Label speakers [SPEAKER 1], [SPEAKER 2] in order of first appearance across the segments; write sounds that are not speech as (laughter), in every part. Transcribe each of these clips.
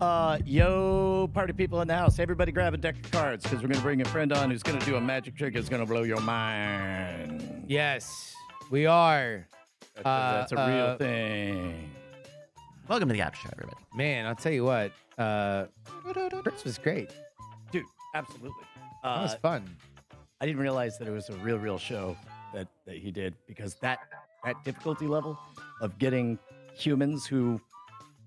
[SPEAKER 1] Uh, yo, party people in the house. Everybody grab a deck of cards because we're going to bring a friend on who's going to do a magic trick that's going to blow your mind.
[SPEAKER 2] Yes, we are.
[SPEAKER 1] That's, a-
[SPEAKER 2] Uh,
[SPEAKER 1] that's a real
[SPEAKER 2] uh,
[SPEAKER 1] thing.
[SPEAKER 3] Welcome to the App Show, everybody.
[SPEAKER 2] Man, I'll tell you what. Uh, Chris was great.
[SPEAKER 1] Dude, absolutely.
[SPEAKER 2] That
[SPEAKER 1] Uh,
[SPEAKER 2] was fun.
[SPEAKER 1] I didn't realize that it was a real, real show that, that he did because that that difficulty level of getting humans who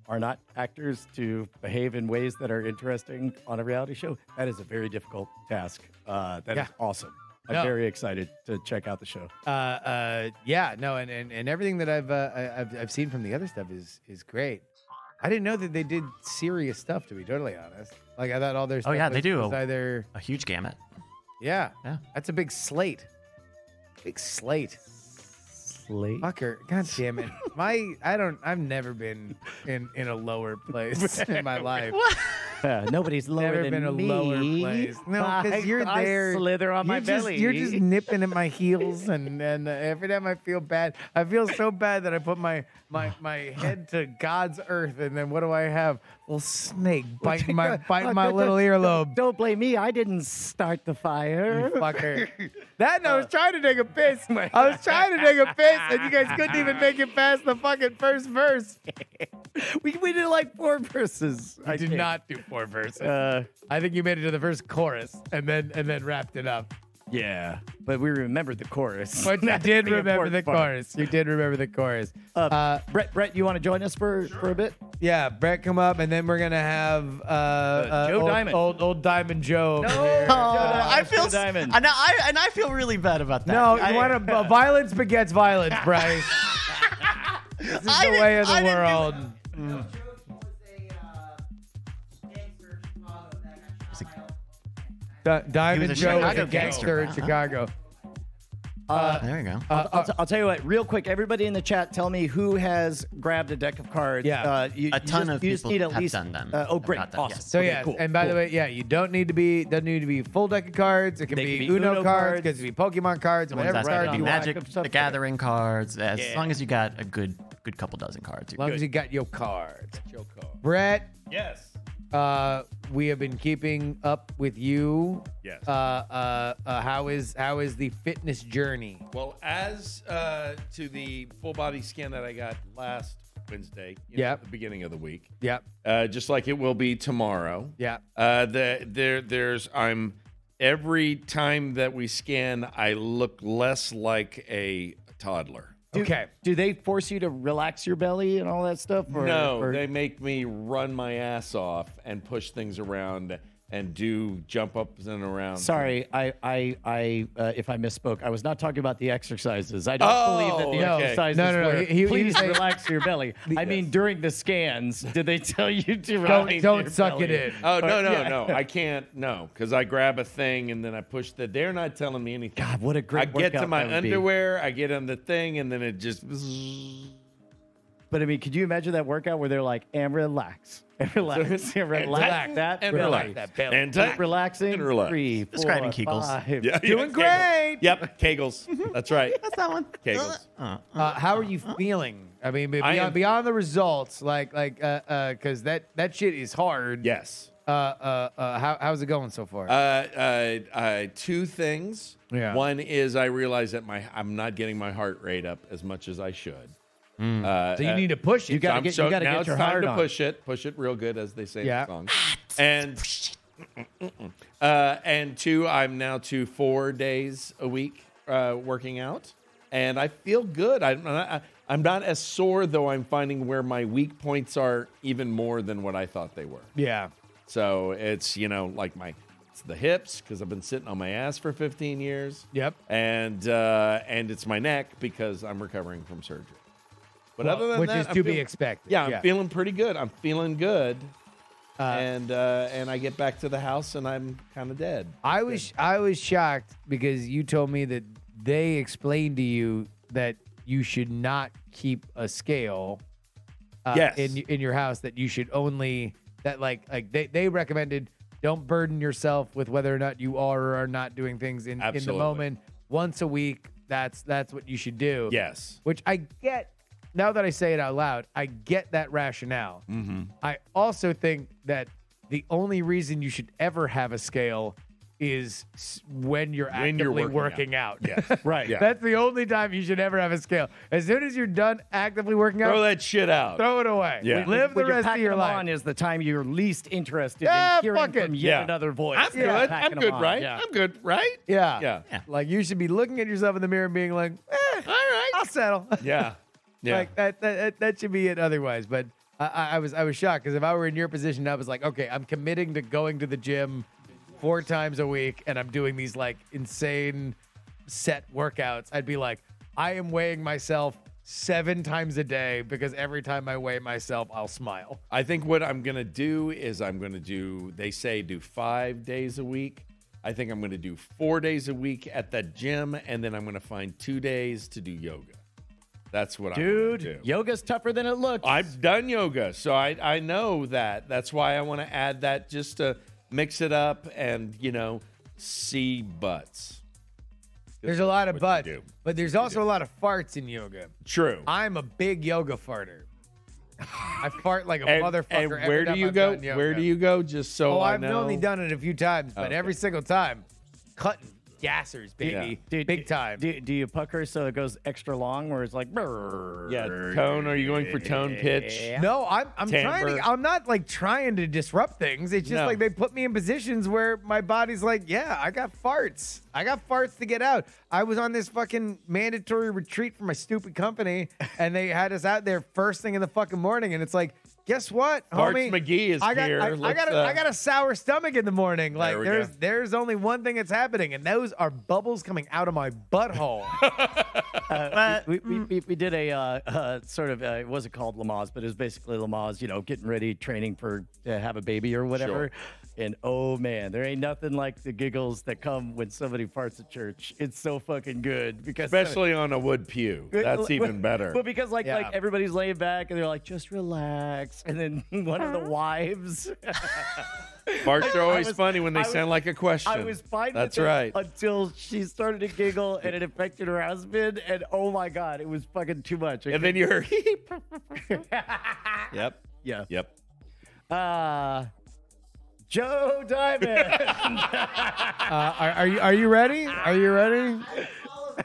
[SPEAKER 1] are not actors to behave in ways that are interesting on a reality show that is a very difficult task. Uh, that is
[SPEAKER 2] Yeah.
[SPEAKER 1] awesome. I'm
[SPEAKER 2] No.
[SPEAKER 1] very excited to check out the show.
[SPEAKER 2] Uh, uh, yeah, no, and, and, and everything that I've, uh, I- I've I've seen from the other stuff is is great. I didn't know that they did serious stuff. To be totally honest, like I thought all their stuff
[SPEAKER 3] yeah, they
[SPEAKER 2] was-
[SPEAKER 3] do.
[SPEAKER 2] was either
[SPEAKER 3] A huge gamut.
[SPEAKER 2] yeah
[SPEAKER 3] Yeah.
[SPEAKER 2] That's a big slate. Big slate.
[SPEAKER 1] Slate.
[SPEAKER 2] Fucker, god damn (laughs) it. My I don't I've never been in in a lower (laughs) place in my life.
[SPEAKER 1] nobody's lower
[SPEAKER 2] Never
[SPEAKER 1] than
[SPEAKER 2] been a
[SPEAKER 1] me. (laughs)
[SPEAKER 2] lower place. No, 'cause
[SPEAKER 1] I-
[SPEAKER 2] you're
[SPEAKER 1] I
[SPEAKER 2] there.
[SPEAKER 1] slither on my
[SPEAKER 2] you're just,
[SPEAKER 1] belly.
[SPEAKER 2] You're just nipping at my heels, and and uh, every time I feel bad, I feel so bad that I put my my my head to God's earth, and then what do I have? Little snake biting my biting my little
[SPEAKER 1] (laughs)
[SPEAKER 2] earlobe. (laughs)
[SPEAKER 1] Don't blame me. I didn't start the fire.
[SPEAKER 2] You fucker. That and I was trying to take a piss. Uh. I was trying to take a piss, and you guys couldn't even make it past the fucking first verse.
[SPEAKER 1] We, we did like four verses.
[SPEAKER 2] I did
[SPEAKER 1] think.
[SPEAKER 2] not do four verses.
[SPEAKER 1] Uh,
[SPEAKER 2] I think you made it to the first chorus, and then and then wrapped it up.
[SPEAKER 1] yeah, but we remembered the chorus. (laughs)
[SPEAKER 2] But you
[SPEAKER 1] That's
[SPEAKER 2] did
[SPEAKER 1] the
[SPEAKER 2] remember
[SPEAKER 1] important
[SPEAKER 2] the
[SPEAKER 1] part.
[SPEAKER 2] chorus. You did remember the chorus.
[SPEAKER 1] Uh,
[SPEAKER 2] Uh,
[SPEAKER 1] Brett, Brett, you want to join us for, for a bit?
[SPEAKER 2] yeah, Brett, come up, and then we're gonna have uh, uh,
[SPEAKER 1] Joe
[SPEAKER 2] old,
[SPEAKER 1] Diamond.
[SPEAKER 2] old old Diamond Joe. No,
[SPEAKER 3] Oh,
[SPEAKER 1] Diamond.
[SPEAKER 3] I feel
[SPEAKER 1] Mr. Diamond.
[SPEAKER 3] And I and I feel really bad about that.
[SPEAKER 2] no,
[SPEAKER 3] I,
[SPEAKER 2] you want to violence begets violence,
[SPEAKER 3] (laughs)
[SPEAKER 2] Bryce. this is
[SPEAKER 3] I
[SPEAKER 2] the
[SPEAKER 3] didn't-
[SPEAKER 2] way of the
[SPEAKER 3] I didn't do
[SPEAKER 2] world. Mm. Di- Diamond
[SPEAKER 3] a
[SPEAKER 2] Joe was
[SPEAKER 3] Chicago
[SPEAKER 2] a gangster
[SPEAKER 3] gangster.
[SPEAKER 2] in Chicago. Uh,
[SPEAKER 3] There you go.
[SPEAKER 1] Uh, I'll, t- I'll tell you what, real quick. Everybody in the chat, tell me who has grabbed a deck of cards.
[SPEAKER 2] Yeah.
[SPEAKER 1] uh, you, you
[SPEAKER 3] A ton
[SPEAKER 1] just,
[SPEAKER 3] of
[SPEAKER 1] you just
[SPEAKER 3] people
[SPEAKER 1] need at
[SPEAKER 3] have
[SPEAKER 1] least,
[SPEAKER 3] done them.
[SPEAKER 1] Uh, oh,
[SPEAKER 3] Have
[SPEAKER 1] great,
[SPEAKER 3] got them,
[SPEAKER 1] awesome.
[SPEAKER 3] yes.
[SPEAKER 2] So
[SPEAKER 1] Okay,
[SPEAKER 2] yeah,
[SPEAKER 1] cool,
[SPEAKER 2] and by the
[SPEAKER 1] cool.
[SPEAKER 2] way, yeah, you don't need to be doesn't need to be full deck of cards. It can
[SPEAKER 1] They
[SPEAKER 2] be,
[SPEAKER 1] can be
[SPEAKER 2] Uno,
[SPEAKER 1] Uno
[SPEAKER 2] cards,
[SPEAKER 1] cards.
[SPEAKER 2] it can be Pokemon cards,
[SPEAKER 3] One's
[SPEAKER 2] whatever
[SPEAKER 3] asking
[SPEAKER 2] card
[SPEAKER 3] about
[SPEAKER 2] you want.
[SPEAKER 3] magic,
[SPEAKER 1] Backup stuff.
[SPEAKER 3] the gathering cards. As
[SPEAKER 1] Yeah.
[SPEAKER 3] long as you got a good good couple dozen cards.
[SPEAKER 2] As long as you got your card. Brett,
[SPEAKER 1] Yes.
[SPEAKER 2] uh, we have been keeping up with you.
[SPEAKER 4] Yes.
[SPEAKER 2] Uh, uh, uh, how is how is the fitness journey?
[SPEAKER 4] Well, as uh, to the full body scan that I got last Wednesday, you
[SPEAKER 2] Yep.
[SPEAKER 4] at the beginning of the week,
[SPEAKER 2] Yep.
[SPEAKER 4] uh, just like it will be tomorrow.
[SPEAKER 2] Yep.
[SPEAKER 4] Uh, the, there, there's I'm every time that we scan, I look less like a toddler.
[SPEAKER 1] Do-
[SPEAKER 2] Okay.
[SPEAKER 1] Do they force you to relax your belly and all that stuff? Or,
[SPEAKER 4] no,
[SPEAKER 1] or-
[SPEAKER 4] they make me run my ass off and push things around and do jump ups and around.
[SPEAKER 1] Sorry, I, I, I. Uh, if I misspoke, I was not talking about the exercises. I don't
[SPEAKER 4] Oh,
[SPEAKER 1] believe that the
[SPEAKER 4] okay.
[SPEAKER 1] exercises
[SPEAKER 2] No, no, no,
[SPEAKER 1] were.
[SPEAKER 2] he- he-
[SPEAKER 1] please
[SPEAKER 2] he-
[SPEAKER 1] relax your
[SPEAKER 2] (laughs)
[SPEAKER 1] belly. I mean, during the scans, did they tell you to
[SPEAKER 2] Don't
[SPEAKER 1] relax
[SPEAKER 2] don't
[SPEAKER 1] your
[SPEAKER 2] suck it
[SPEAKER 1] belly?
[SPEAKER 2] in.
[SPEAKER 4] Oh no no
[SPEAKER 1] yeah.
[SPEAKER 4] no! I can't no because I grab a thing and then I push the. They're not telling me anything.
[SPEAKER 1] God, what a great
[SPEAKER 4] I get to
[SPEAKER 1] workout that
[SPEAKER 4] my
[SPEAKER 1] would be.
[SPEAKER 4] underwear, I get on the thing, and then it just. (laughs)
[SPEAKER 1] But I mean, could you imagine that workout where they're like, and relax, and relax, and relax,
[SPEAKER 4] tighten
[SPEAKER 1] that
[SPEAKER 4] and
[SPEAKER 1] belly.
[SPEAKER 4] relax.
[SPEAKER 1] that belly.
[SPEAKER 4] And
[SPEAKER 1] Keep
[SPEAKER 4] tighten
[SPEAKER 1] relaxing.
[SPEAKER 4] and relax.
[SPEAKER 1] Three, four,
[SPEAKER 3] Describing Kegels.
[SPEAKER 1] five.
[SPEAKER 4] Yeah,
[SPEAKER 2] Doing
[SPEAKER 4] yeah,
[SPEAKER 2] great.
[SPEAKER 4] Kegels. Yep, (laughs) Kegels. That's right.
[SPEAKER 3] That's that one.
[SPEAKER 4] Kegels.
[SPEAKER 2] Uh, how are you feeling? I mean, beyond,
[SPEAKER 4] I am-
[SPEAKER 2] beyond the results, like like uh uh, because that that shit is hard.
[SPEAKER 4] Yes.
[SPEAKER 2] Uh uh, uh how, how's it going so far?
[SPEAKER 4] Uh, uh, uh, two things.
[SPEAKER 2] Yeah.
[SPEAKER 4] One is I realize that my I'm not getting my heart rate up as much as I should. Uh,
[SPEAKER 2] so you
[SPEAKER 4] uh,
[SPEAKER 2] need to push it.
[SPEAKER 1] You gotta
[SPEAKER 4] I'm
[SPEAKER 1] get-
[SPEAKER 4] so-
[SPEAKER 1] you gotta
[SPEAKER 4] now
[SPEAKER 1] get
[SPEAKER 4] it's
[SPEAKER 1] your
[SPEAKER 4] time
[SPEAKER 1] heart
[SPEAKER 4] to
[SPEAKER 1] on.
[SPEAKER 4] push it, push it real good, as they say
[SPEAKER 2] Yeah.
[SPEAKER 4] in the song. And uh, and two, I'm now to four days a week uh, working out, and I feel good. I'm not, I- I'm not as sore though. I'm finding where my weak points are even more than what I thought they were.
[SPEAKER 2] yeah.
[SPEAKER 4] So it's you know like my it's the hips because I've been sitting on my ass for 15 years.
[SPEAKER 2] Yep.
[SPEAKER 4] And uh, and it's my neck because I'm recovering from surgery. But
[SPEAKER 2] Well,
[SPEAKER 4] other than
[SPEAKER 2] which
[SPEAKER 4] that,
[SPEAKER 2] is
[SPEAKER 4] I'm
[SPEAKER 2] to be
[SPEAKER 4] feeling-
[SPEAKER 2] expected.
[SPEAKER 4] Yeah, I'm
[SPEAKER 2] Yeah.
[SPEAKER 4] feeling pretty good. I'm feeling good.
[SPEAKER 2] Uh,
[SPEAKER 4] and uh, and I get back to the house and I'm kind of dead.
[SPEAKER 2] I was I was shocked because you told me that they explained to you that you should not keep a scale uh,
[SPEAKER 4] Yes.
[SPEAKER 2] in in your house that you should only that like like they, they recommended don't burden yourself with whether or not you are or are not doing things in, in the
[SPEAKER 4] Absolutely.
[SPEAKER 2] moment once a week that's that's what you should do
[SPEAKER 4] Yes.
[SPEAKER 2] which I get now that I say it out loud, I get that rationale. I also think that the only reason you should ever have a scale is s- when you're actively
[SPEAKER 4] When you're working
[SPEAKER 2] working out. (laughs)
[SPEAKER 1] Right.
[SPEAKER 4] Yeah.
[SPEAKER 2] That's the only time you should ever have a scale. As soon as you're done actively working out,
[SPEAKER 4] Throw
[SPEAKER 2] throw,
[SPEAKER 4] that shit out.
[SPEAKER 2] it away.
[SPEAKER 4] Yeah.
[SPEAKER 2] Live
[SPEAKER 1] When you're
[SPEAKER 2] the rest of
[SPEAKER 1] packing
[SPEAKER 2] your
[SPEAKER 1] them
[SPEAKER 2] life.
[SPEAKER 1] on is the time you're least interested
[SPEAKER 2] Yeah,
[SPEAKER 1] in hearing
[SPEAKER 2] fuck it.
[SPEAKER 1] from yet
[SPEAKER 4] Yeah.
[SPEAKER 1] another voice.
[SPEAKER 4] I'm
[SPEAKER 1] Yeah,
[SPEAKER 4] good. I'm
[SPEAKER 1] packing them
[SPEAKER 4] good,
[SPEAKER 1] on.
[SPEAKER 4] right?
[SPEAKER 1] Yeah.
[SPEAKER 4] I'm good, right?
[SPEAKER 2] Yeah.
[SPEAKER 4] Yeah.
[SPEAKER 3] Yeah.
[SPEAKER 2] Like you should be looking at yourself in the mirror and being like, eh,
[SPEAKER 4] All right.
[SPEAKER 2] I'll settle. (laughs)
[SPEAKER 4] Yeah. Yeah.
[SPEAKER 2] Like that, that that- that should be it otherwise. But I, I- I was I was shocked because if I were in your position, I was like, okay, I'm committing to going to the gym four times a week and I'm doing these like insane set workouts. I'd be like, I am weighing myself seven times a day because every time I weigh myself, I'll smile.
[SPEAKER 4] I think what I'm gonna do is I'm gonna do. They say do five days a week. I think I'm gonna do four days a week at that gym, and then I'm gonna find two days to do yoga. That's what I'm gonna
[SPEAKER 1] Dude,
[SPEAKER 4] do.
[SPEAKER 1] yoga's tougher than it looks.
[SPEAKER 4] I've done yoga, so I I know that. That's why I want to add that just to mix it up and you know see butts.
[SPEAKER 2] There's a lot of
[SPEAKER 4] What you
[SPEAKER 2] butts,
[SPEAKER 4] do.
[SPEAKER 2] but there's also a lot of farts in yoga.
[SPEAKER 4] True.
[SPEAKER 2] I'm a big yoga farter. I fart like a
[SPEAKER 4] and,
[SPEAKER 2] motherfucker.
[SPEAKER 4] and
[SPEAKER 2] every
[SPEAKER 4] where do
[SPEAKER 2] time
[SPEAKER 4] you
[SPEAKER 2] I've
[SPEAKER 4] go?
[SPEAKER 2] done yoga.
[SPEAKER 4] Where do you go? Just so
[SPEAKER 2] Oh,
[SPEAKER 4] I
[SPEAKER 2] I've
[SPEAKER 4] know.
[SPEAKER 2] only done it a few times, but
[SPEAKER 4] Okay.
[SPEAKER 2] every single time, cutting gassers, baby,
[SPEAKER 1] Dude,
[SPEAKER 2] big time.
[SPEAKER 1] Do, do you pucker so it goes extra long where it's like, brrrr?
[SPEAKER 4] Yeah, tone. Are you going for tone pitch?
[SPEAKER 2] no, I'm I'm trying
[SPEAKER 4] Timbre.
[SPEAKER 2] to. I'm not like trying to disrupt things. It's just
[SPEAKER 4] No.
[SPEAKER 2] like they put me in positions where my body's like, yeah, I got farts. I got farts to get out. I was on this fucking mandatory retreat for my stupid company, and they had us out there first thing in the fucking morning, and it's like. Guess what,
[SPEAKER 4] Farts
[SPEAKER 2] homie?
[SPEAKER 4] McGee is
[SPEAKER 2] I got,
[SPEAKER 4] here.
[SPEAKER 2] I, I
[SPEAKER 4] Let's,
[SPEAKER 2] got a,
[SPEAKER 4] uh,
[SPEAKER 2] I got a sour stomach in the morning. Like
[SPEAKER 4] we go.
[SPEAKER 2] there's there's only one thing that's happening, and those are bubbles coming out of my butthole.
[SPEAKER 1] We, we,
[SPEAKER 2] Mm.
[SPEAKER 1] we, we did a uh, uh, sort of, uh, it wasn't called Lamaze, but it was basically Lamaze, you know, getting ready, training for to have a baby or whatever. And oh man, there ain't nothing like the giggles that come when somebody farts at church. It's so fucking good because
[SPEAKER 4] Especially on a wood pew.
[SPEAKER 2] Uh, (laughs)
[SPEAKER 4] That's even better.
[SPEAKER 1] Well, because like like
[SPEAKER 2] Yeah.
[SPEAKER 1] everybody's laying back and they're like, just relax. And then (laughs) one of the wives
[SPEAKER 4] Farts are always
[SPEAKER 1] was-
[SPEAKER 4] funny when they
[SPEAKER 1] I was-
[SPEAKER 4] sound like a question.
[SPEAKER 1] I
[SPEAKER 4] (laughs)
[SPEAKER 1] was fine.
[SPEAKER 4] That's
[SPEAKER 1] with it
[SPEAKER 4] right.
[SPEAKER 1] Until she started to giggle and it affected her husband, and oh my god, it was fucking too much. I
[SPEAKER 4] and then you (laughs) heard. yep.
[SPEAKER 1] couldn't- yeah.
[SPEAKER 4] Yep.
[SPEAKER 1] Uh, Joe Diamond.
[SPEAKER 4] (laughs)
[SPEAKER 2] Uh, are, are you are you ready? Are you ready?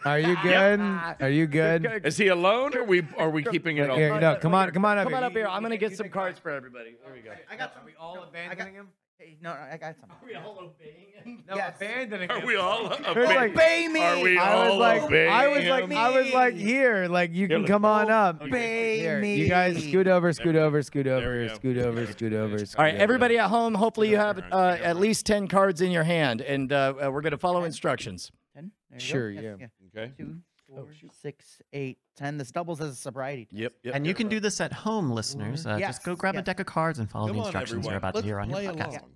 [SPEAKER 2] Are you good? Are you good?
[SPEAKER 4] Is he alone? Or are we are we keeping it all?
[SPEAKER 2] Here, no, come on, come on up
[SPEAKER 1] Come
[SPEAKER 2] here.
[SPEAKER 1] on up here. I'm gonna get some cards for everybody. There we
[SPEAKER 2] (laughs)
[SPEAKER 1] go.
[SPEAKER 5] I got some.
[SPEAKER 2] all abandoning him?
[SPEAKER 5] Hey, No, no, I got some.
[SPEAKER 1] We all obeying.
[SPEAKER 2] No,
[SPEAKER 5] Yes.
[SPEAKER 2] abandoning
[SPEAKER 4] Are we all?
[SPEAKER 2] There's
[SPEAKER 4] Obey-
[SPEAKER 2] like-
[SPEAKER 5] Obey me.
[SPEAKER 4] are we
[SPEAKER 2] I was
[SPEAKER 4] all
[SPEAKER 2] like,
[SPEAKER 4] obeying
[SPEAKER 2] I was like,
[SPEAKER 4] him?
[SPEAKER 2] I was like, here, like you can
[SPEAKER 4] look.
[SPEAKER 2] come on up.
[SPEAKER 5] Obey
[SPEAKER 2] Here,
[SPEAKER 5] me.
[SPEAKER 2] you guys, scoot over, scoot over, scoot
[SPEAKER 4] we
[SPEAKER 2] over,
[SPEAKER 4] go.
[SPEAKER 2] scoot over, scoot over. scoot
[SPEAKER 1] All right,
[SPEAKER 2] over.
[SPEAKER 1] everybody at home. Hopefully, you have uh, at least ten cards in your hand, and uh, uh, we're gonna follow instructions.
[SPEAKER 5] Ten. There you go.
[SPEAKER 2] Sure,
[SPEAKER 5] Yes,
[SPEAKER 2] yeah.
[SPEAKER 4] Okay.
[SPEAKER 5] Two, four, six, eight, ten. This doubles as a sobriety. test.
[SPEAKER 1] yep.
[SPEAKER 3] and you can do this at home, listeners. Uh,
[SPEAKER 5] Yes,
[SPEAKER 3] Just go grab a
[SPEAKER 5] yes.
[SPEAKER 3] deck of cards and follow
[SPEAKER 4] Come
[SPEAKER 3] the
[SPEAKER 4] on,
[SPEAKER 3] instructions
[SPEAKER 4] everyone.
[SPEAKER 3] you're about
[SPEAKER 4] Let's
[SPEAKER 3] to hear on your
[SPEAKER 4] play
[SPEAKER 3] podcast.
[SPEAKER 4] along.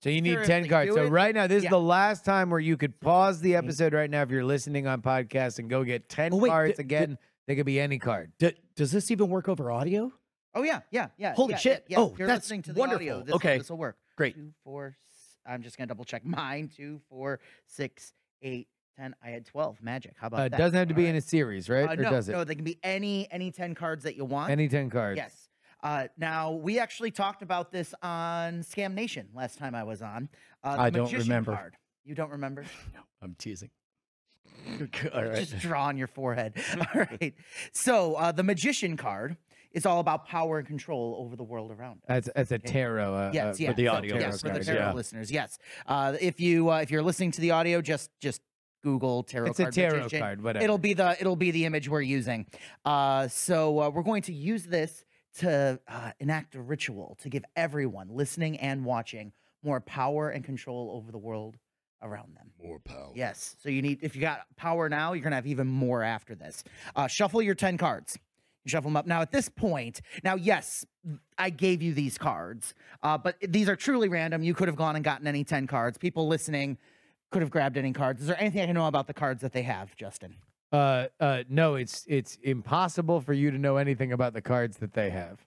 [SPEAKER 2] So you need ten
[SPEAKER 5] Seriously,
[SPEAKER 2] cards.
[SPEAKER 5] do
[SPEAKER 2] So
[SPEAKER 5] it.
[SPEAKER 2] right now, this is
[SPEAKER 5] Yeah.
[SPEAKER 2] the last time where you could pause the episode right now if you're listening on podcast and go get ten
[SPEAKER 1] Oh, wait,
[SPEAKER 2] cards
[SPEAKER 1] d-
[SPEAKER 2] again. they could be any card.
[SPEAKER 1] D- does this even work over audio?
[SPEAKER 5] Oh yeah, yeah, yeah.
[SPEAKER 1] Holy
[SPEAKER 5] yeah, it-
[SPEAKER 1] shit.
[SPEAKER 5] yeah,
[SPEAKER 1] Oh,
[SPEAKER 5] if you're
[SPEAKER 1] that's
[SPEAKER 5] listening to the
[SPEAKER 1] wonderful.
[SPEAKER 5] Audio, this,
[SPEAKER 1] Okay.
[SPEAKER 5] This will work.
[SPEAKER 1] Great.
[SPEAKER 5] Two, four. s- I'm just gonna double check mine. Two, four, six, eight, ten. I had twelve. Magic. How about
[SPEAKER 2] Uh, it
[SPEAKER 5] that?
[SPEAKER 2] doesn't have to be
[SPEAKER 5] All
[SPEAKER 2] in a series, right?
[SPEAKER 5] right. Uh,
[SPEAKER 2] or
[SPEAKER 5] no,
[SPEAKER 2] does it?
[SPEAKER 5] no. They can be any any ten cards that you want.
[SPEAKER 2] Any ten cards.
[SPEAKER 5] Yes. Uh, now we actually talked about this on Scam Nation last time I was on. Uh, the
[SPEAKER 1] I don't
[SPEAKER 5] magician
[SPEAKER 1] remember.
[SPEAKER 5] Card. You don't remember?
[SPEAKER 1] I'm teasing. All right.
[SPEAKER 5] Just draw on your forehead. (laughs) all right. So uh, the magician card is all about power and control over the world around us.
[SPEAKER 2] That's that's a tarot. Uh, uh,
[SPEAKER 5] Yes, yeah,
[SPEAKER 2] for the
[SPEAKER 5] so-
[SPEAKER 1] audio
[SPEAKER 5] yes, for the
[SPEAKER 2] cards,
[SPEAKER 5] tarot
[SPEAKER 1] yeah.
[SPEAKER 5] listeners. Yes, uh, if you uh, if you're listening to the audio, just just Google tarot.
[SPEAKER 2] It's a
[SPEAKER 5] card
[SPEAKER 2] tarot
[SPEAKER 5] magician.
[SPEAKER 2] card, whatever.
[SPEAKER 5] It'll be the it'll be the image we're using. Uh, so uh, we're going to use this to uh, enact a ritual to give everyone listening and watching more power and control over the world around them.
[SPEAKER 4] More power.
[SPEAKER 5] Yes. So you need if you got power now, you're gonna have even more after this. Uh, shuffle your ten cards. You shuffle them up now. At this point, now yes, I gave you these cards, uh, but these are truly random. You could have gone and gotten any ten cards. People listening could have grabbed any cards. Is there anything I can know about the cards that they have, Justin?
[SPEAKER 2] Uh, uh, no, it's it's impossible for you to know anything about the cards that they have.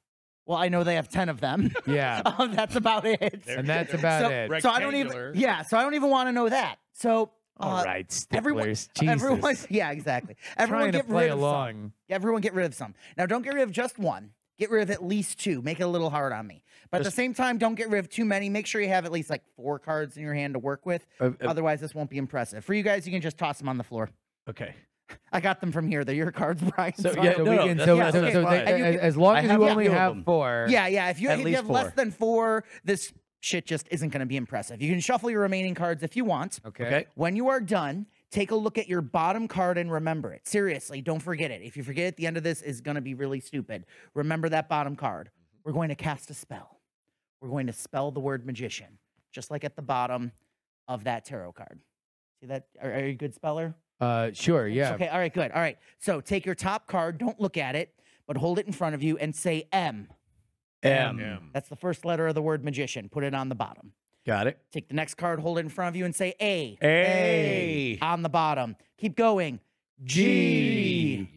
[SPEAKER 5] Well, I know they have ten of them.
[SPEAKER 2] (laughs)
[SPEAKER 5] (laughs)
[SPEAKER 2] Yeah,
[SPEAKER 5] um, that's about it.
[SPEAKER 2] and that's about
[SPEAKER 5] so,
[SPEAKER 2] it.
[SPEAKER 5] So I don't even.
[SPEAKER 4] Rectangular.
[SPEAKER 5] Yeah. So I don't even want to know that. So Uh,
[SPEAKER 6] All right,
[SPEAKER 5] everyone-
[SPEAKER 6] sticklers.
[SPEAKER 5] (laughs) Everyone,
[SPEAKER 6] Jesus.
[SPEAKER 5] yeah, exactly.
[SPEAKER 2] Trying
[SPEAKER 5] Everyone
[SPEAKER 2] to
[SPEAKER 5] get
[SPEAKER 2] play
[SPEAKER 5] rid of some.
[SPEAKER 2] along.
[SPEAKER 5] Everyone get rid of some. Now don't get rid of just one. Get rid of at least two. Make it a little hard on me. But at the same time, don't get rid of too many. Make sure you have at least like four cards in your hand to work with.
[SPEAKER 1] Uh, uh,
[SPEAKER 5] Otherwise, this won't be impressive. For you guys, you can just toss them on the floor.
[SPEAKER 1] okay.
[SPEAKER 5] I got them from here. They're your cards, (laughs) Brian.
[SPEAKER 1] So,
[SPEAKER 5] I
[SPEAKER 1] yeah,
[SPEAKER 2] So
[SPEAKER 5] don't-
[SPEAKER 1] no,
[SPEAKER 2] we
[SPEAKER 1] no,
[SPEAKER 2] can.
[SPEAKER 1] that's
[SPEAKER 2] So,
[SPEAKER 1] fine,
[SPEAKER 2] so,
[SPEAKER 5] that's
[SPEAKER 2] so
[SPEAKER 5] fine.
[SPEAKER 2] they-
[SPEAKER 5] And you
[SPEAKER 2] as,
[SPEAKER 5] can-
[SPEAKER 2] as long
[SPEAKER 1] I
[SPEAKER 2] as
[SPEAKER 1] have
[SPEAKER 2] you
[SPEAKER 1] a
[SPEAKER 2] only
[SPEAKER 1] few of
[SPEAKER 2] have
[SPEAKER 1] them.
[SPEAKER 2] four.
[SPEAKER 5] yeah, yeah. If you,
[SPEAKER 1] At
[SPEAKER 5] if you
[SPEAKER 1] least
[SPEAKER 5] have less
[SPEAKER 1] four.
[SPEAKER 5] than four, this shit just isn't going to be impressive. You can shuffle your remaining cards if you want.
[SPEAKER 2] Okay.
[SPEAKER 1] Okay.
[SPEAKER 5] When you are done, take a look at your bottom card and remember it. Seriously, don't forget it. If you forget it, the end of this is going to be really stupid. Remember that bottom card. We're going to cast a spell. We're going to spell the word magician, just like at the bottom of that tarot card. See that? Are, are you a good speller?
[SPEAKER 2] Uh, sure. Yeah.
[SPEAKER 5] Okay. All right. Good. All right. So take your top card. Don't look at it, but hold it in front of you and say M.
[SPEAKER 1] M.
[SPEAKER 5] That's the first letter of the word magician. Put it on the bottom.
[SPEAKER 1] Got it.
[SPEAKER 5] Take the next card, hold it in front of you, and say A.
[SPEAKER 4] A.
[SPEAKER 5] On the bottom. Keep going. G.
[SPEAKER 1] G.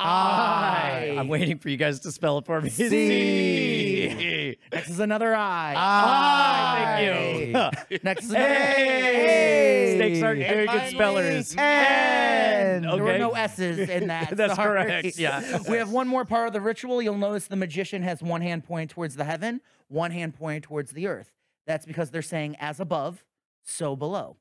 [SPEAKER 5] I.
[SPEAKER 1] I'm waiting for you guys to spell it for me. C. (laughs)
[SPEAKER 5] Next is another I.
[SPEAKER 1] Ah, thank you.
[SPEAKER 5] Next is another
[SPEAKER 1] Hey!
[SPEAKER 5] A.
[SPEAKER 1] Snakes aren't very good
[SPEAKER 4] finally,
[SPEAKER 1] spellers.
[SPEAKER 5] N. There were
[SPEAKER 1] Okay.
[SPEAKER 5] no S's
[SPEAKER 1] (laughs)
[SPEAKER 5] in that.
[SPEAKER 1] That's
[SPEAKER 5] sorry.
[SPEAKER 1] correct, yeah.
[SPEAKER 5] (laughs) We have one more part of the ritual. You'll notice the magician has one hand pointing towards the heaven, one hand pointing towards the earth. That's because they're saying, as above, so below.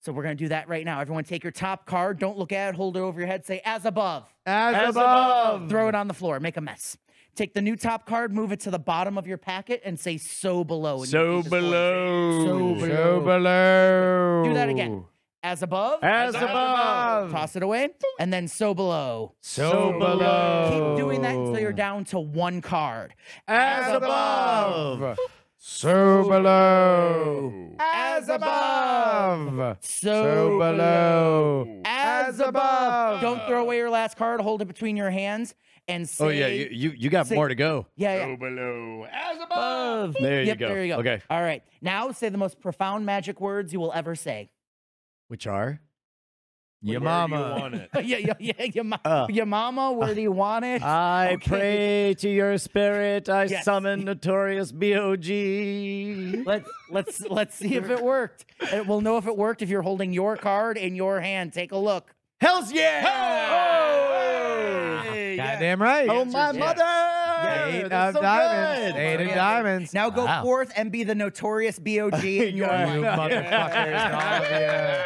[SPEAKER 5] So we're going to do that right now. Everyone take your top card. Don't look at it. Hold it over your head. Say, as above.
[SPEAKER 2] As, above.
[SPEAKER 5] Throw it on the floor. Make a mess. Take the new top card, move it to the bottom of your packet, and say, so below. in your
[SPEAKER 4] So
[SPEAKER 5] deepest voice. So
[SPEAKER 4] below.
[SPEAKER 5] below.
[SPEAKER 2] So below.
[SPEAKER 5] Do that again. As above.
[SPEAKER 2] As above.
[SPEAKER 5] Toss it away. And then so below.
[SPEAKER 2] So below.
[SPEAKER 5] Keep doing that until
[SPEAKER 1] Oh.
[SPEAKER 5] you're down to one card.
[SPEAKER 2] As above. So below.
[SPEAKER 5] As
[SPEAKER 2] Above.
[SPEAKER 5] So,
[SPEAKER 2] So below.
[SPEAKER 5] As
[SPEAKER 2] As
[SPEAKER 5] above.
[SPEAKER 2] above.
[SPEAKER 5] Don't throw away your last card. Hold it between your hands and say.
[SPEAKER 1] Oh yeah, you you, you got
[SPEAKER 5] Say-
[SPEAKER 1] more to go.
[SPEAKER 5] yeah, yeah.
[SPEAKER 4] So below. As above.
[SPEAKER 1] There you
[SPEAKER 5] Yep,
[SPEAKER 1] go.
[SPEAKER 5] There you go.
[SPEAKER 1] Okay.
[SPEAKER 5] All right. Now say the most profound magic words you will ever say. (laughs)
[SPEAKER 1] Which are?
[SPEAKER 2] Your
[SPEAKER 4] Where do you
[SPEAKER 2] mama.
[SPEAKER 4] want it?
[SPEAKER 5] yeah, yeah, yeah. Your, ma-
[SPEAKER 1] Uh,
[SPEAKER 5] your mama, where do you want it?
[SPEAKER 1] I
[SPEAKER 5] Okay.
[SPEAKER 1] pray to your spirit. I (laughs)
[SPEAKER 5] Yes.
[SPEAKER 1] summon notorious B.O.G.
[SPEAKER 5] Let's let's let's see if it worked. And we'll know if it worked if you're holding your card in your hand. Take a look.
[SPEAKER 1] Hell's yeah!
[SPEAKER 4] Hey, yeah.
[SPEAKER 2] Goddamn right.
[SPEAKER 1] Oh my
[SPEAKER 5] yes.
[SPEAKER 1] mother!
[SPEAKER 2] Eight
[SPEAKER 1] That's
[SPEAKER 2] of
[SPEAKER 1] so
[SPEAKER 2] diamonds.
[SPEAKER 1] good.
[SPEAKER 2] Eight of
[SPEAKER 5] Yeah.
[SPEAKER 2] diamonds.
[SPEAKER 5] Now go
[SPEAKER 3] Wow.
[SPEAKER 5] forth and be the notorious BOG
[SPEAKER 1] (laughs)
[SPEAKER 5] in your
[SPEAKER 1] Yeah.
[SPEAKER 2] you (laughs)
[SPEAKER 5] life.
[SPEAKER 2] motherfuckers. all of you.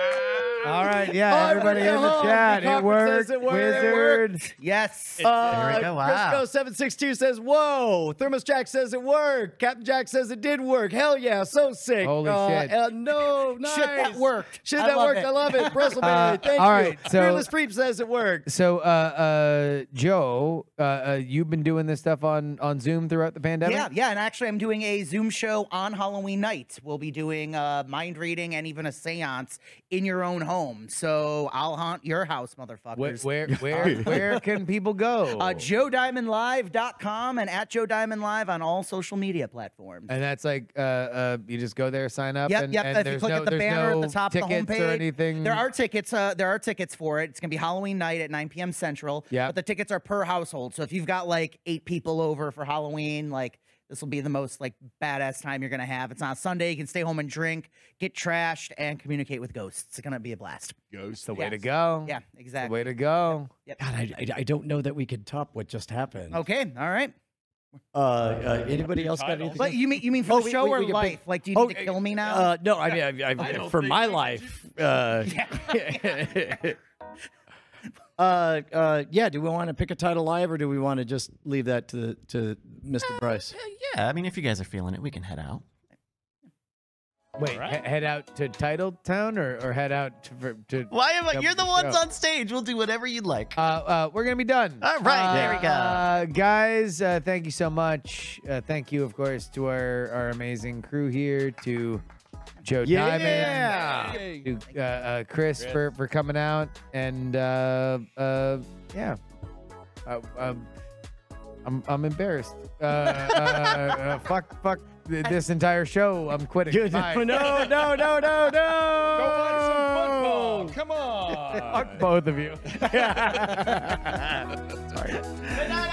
[SPEAKER 2] All right, yeah,
[SPEAKER 1] I'm
[SPEAKER 2] everybody
[SPEAKER 1] gonna
[SPEAKER 2] in the
[SPEAKER 1] go
[SPEAKER 2] chat.
[SPEAKER 1] home.
[SPEAKER 2] It
[SPEAKER 1] The
[SPEAKER 2] worked.
[SPEAKER 1] conference says it worked. It
[SPEAKER 2] Wizard.
[SPEAKER 5] Yes.
[SPEAKER 1] Uh,
[SPEAKER 3] There we go. Wow.
[SPEAKER 1] Crisco seven six two says, "Whoa!" Thermos Jack says it worked. Captain Jack says it did work. Hell yeah, so sick.
[SPEAKER 2] Holy
[SPEAKER 1] Uh,
[SPEAKER 2] shit.
[SPEAKER 1] uh, no, nice.
[SPEAKER 5] Shit, that worked.
[SPEAKER 1] Shit
[SPEAKER 5] I
[SPEAKER 1] that
[SPEAKER 5] love
[SPEAKER 1] worked.
[SPEAKER 5] it.
[SPEAKER 1] I love it. Bristleberry,
[SPEAKER 2] Uh,
[SPEAKER 1] thank
[SPEAKER 2] all
[SPEAKER 1] you.
[SPEAKER 2] right, so-
[SPEAKER 1] Fearless Freep says it worked.
[SPEAKER 2] So, uh, uh, Joe, uh, uh, you've been doing this stuff on on Zoom throughout the pandemic.
[SPEAKER 5] Yeah, yeah, and actually, I'm doing a Zoom show on Halloween night. We'll be doing uh, mind reading and even a séance in your own home. So I'll haunt your house,
[SPEAKER 2] Where Oh.
[SPEAKER 5] motherfuckers.
[SPEAKER 2] where where, where can people (laughs) go?
[SPEAKER 5] Uh, JoeDiamondLive.com and at Joe Diamond Live on all social media platforms.
[SPEAKER 2] and that's like uh, uh, you just go there, sign up.
[SPEAKER 5] Yep,
[SPEAKER 2] and,
[SPEAKER 5] yep.
[SPEAKER 2] and
[SPEAKER 5] if you
[SPEAKER 2] there's
[SPEAKER 5] click
[SPEAKER 2] no,
[SPEAKER 5] at the
[SPEAKER 2] there's
[SPEAKER 5] banner
[SPEAKER 2] no
[SPEAKER 5] at the top of the
[SPEAKER 2] tickets
[SPEAKER 5] homepage,
[SPEAKER 2] or anything.
[SPEAKER 5] there are tickets. Uh, there are tickets for it. It's gonna be Halloween night at 9 p.m. Central.
[SPEAKER 2] Yep.
[SPEAKER 5] but the tickets are per household. So if you've got like eight people over for Halloween, like this will be the most like badass time you're gonna have. It's on Sunday. You can stay home and drink, get trashed, and communicate with ghosts. It's gonna be a blast.
[SPEAKER 4] Ghost.
[SPEAKER 2] the way to
[SPEAKER 5] yes.
[SPEAKER 2] go.
[SPEAKER 5] Yeah,
[SPEAKER 2] the
[SPEAKER 5] exactly.
[SPEAKER 2] way to go.
[SPEAKER 1] God, I, I, I don't know that we could top what just happened.
[SPEAKER 5] Okay, all right.
[SPEAKER 1] Uh, uh, anybody else got
[SPEAKER 4] title.
[SPEAKER 1] anything?
[SPEAKER 5] But you mean you mean for
[SPEAKER 1] Oh,
[SPEAKER 5] the
[SPEAKER 1] we-
[SPEAKER 5] show
[SPEAKER 1] we-
[SPEAKER 5] or
[SPEAKER 1] we can
[SPEAKER 5] life?
[SPEAKER 1] pick-
[SPEAKER 5] like, do you need
[SPEAKER 1] Oh,
[SPEAKER 5] to kill me now?
[SPEAKER 1] Uh, no, I mean, I, I,
[SPEAKER 4] I don't
[SPEAKER 1] for
[SPEAKER 4] think
[SPEAKER 1] my
[SPEAKER 4] we could
[SPEAKER 1] life. Uh, (laughs) uh, uh, yeah. Do we want to pick a title live, or do we want to just leave that to to Mr. Bryce?
[SPEAKER 3] Yeah, I mean, if you guys are feeling it, we can head out.
[SPEAKER 2] Wait,
[SPEAKER 4] right.
[SPEAKER 2] he- head out to Title Town or, or head out to, for, to
[SPEAKER 3] Why am I?
[SPEAKER 2] Yeah,
[SPEAKER 3] You're the
[SPEAKER 2] we
[SPEAKER 3] ones
[SPEAKER 2] go.
[SPEAKER 3] on stage. We'll do whatever you'd like.
[SPEAKER 2] Uh, uh, we're gonna be done.
[SPEAKER 3] All right,
[SPEAKER 2] Uh,
[SPEAKER 3] there we go.
[SPEAKER 2] uh, guys. Uh, thank you so much. Uh, thank you, of course, to our our amazing crew here, to Joe
[SPEAKER 1] Yeah.
[SPEAKER 2] Diamond, to uh, uh, Chris, for for coming out, and uh, uh, yeah, uh, um, I'm I'm embarrassed. Uh, uh, uh, (laughs) fuck, fuck th- this entire show. I'm quitting.
[SPEAKER 1] Good.
[SPEAKER 2] Bye.
[SPEAKER 1] (laughs) No, no, no, no, no.
[SPEAKER 4] Go watch some football. Come on.
[SPEAKER 2] Fuck both of you.
[SPEAKER 4] Good night,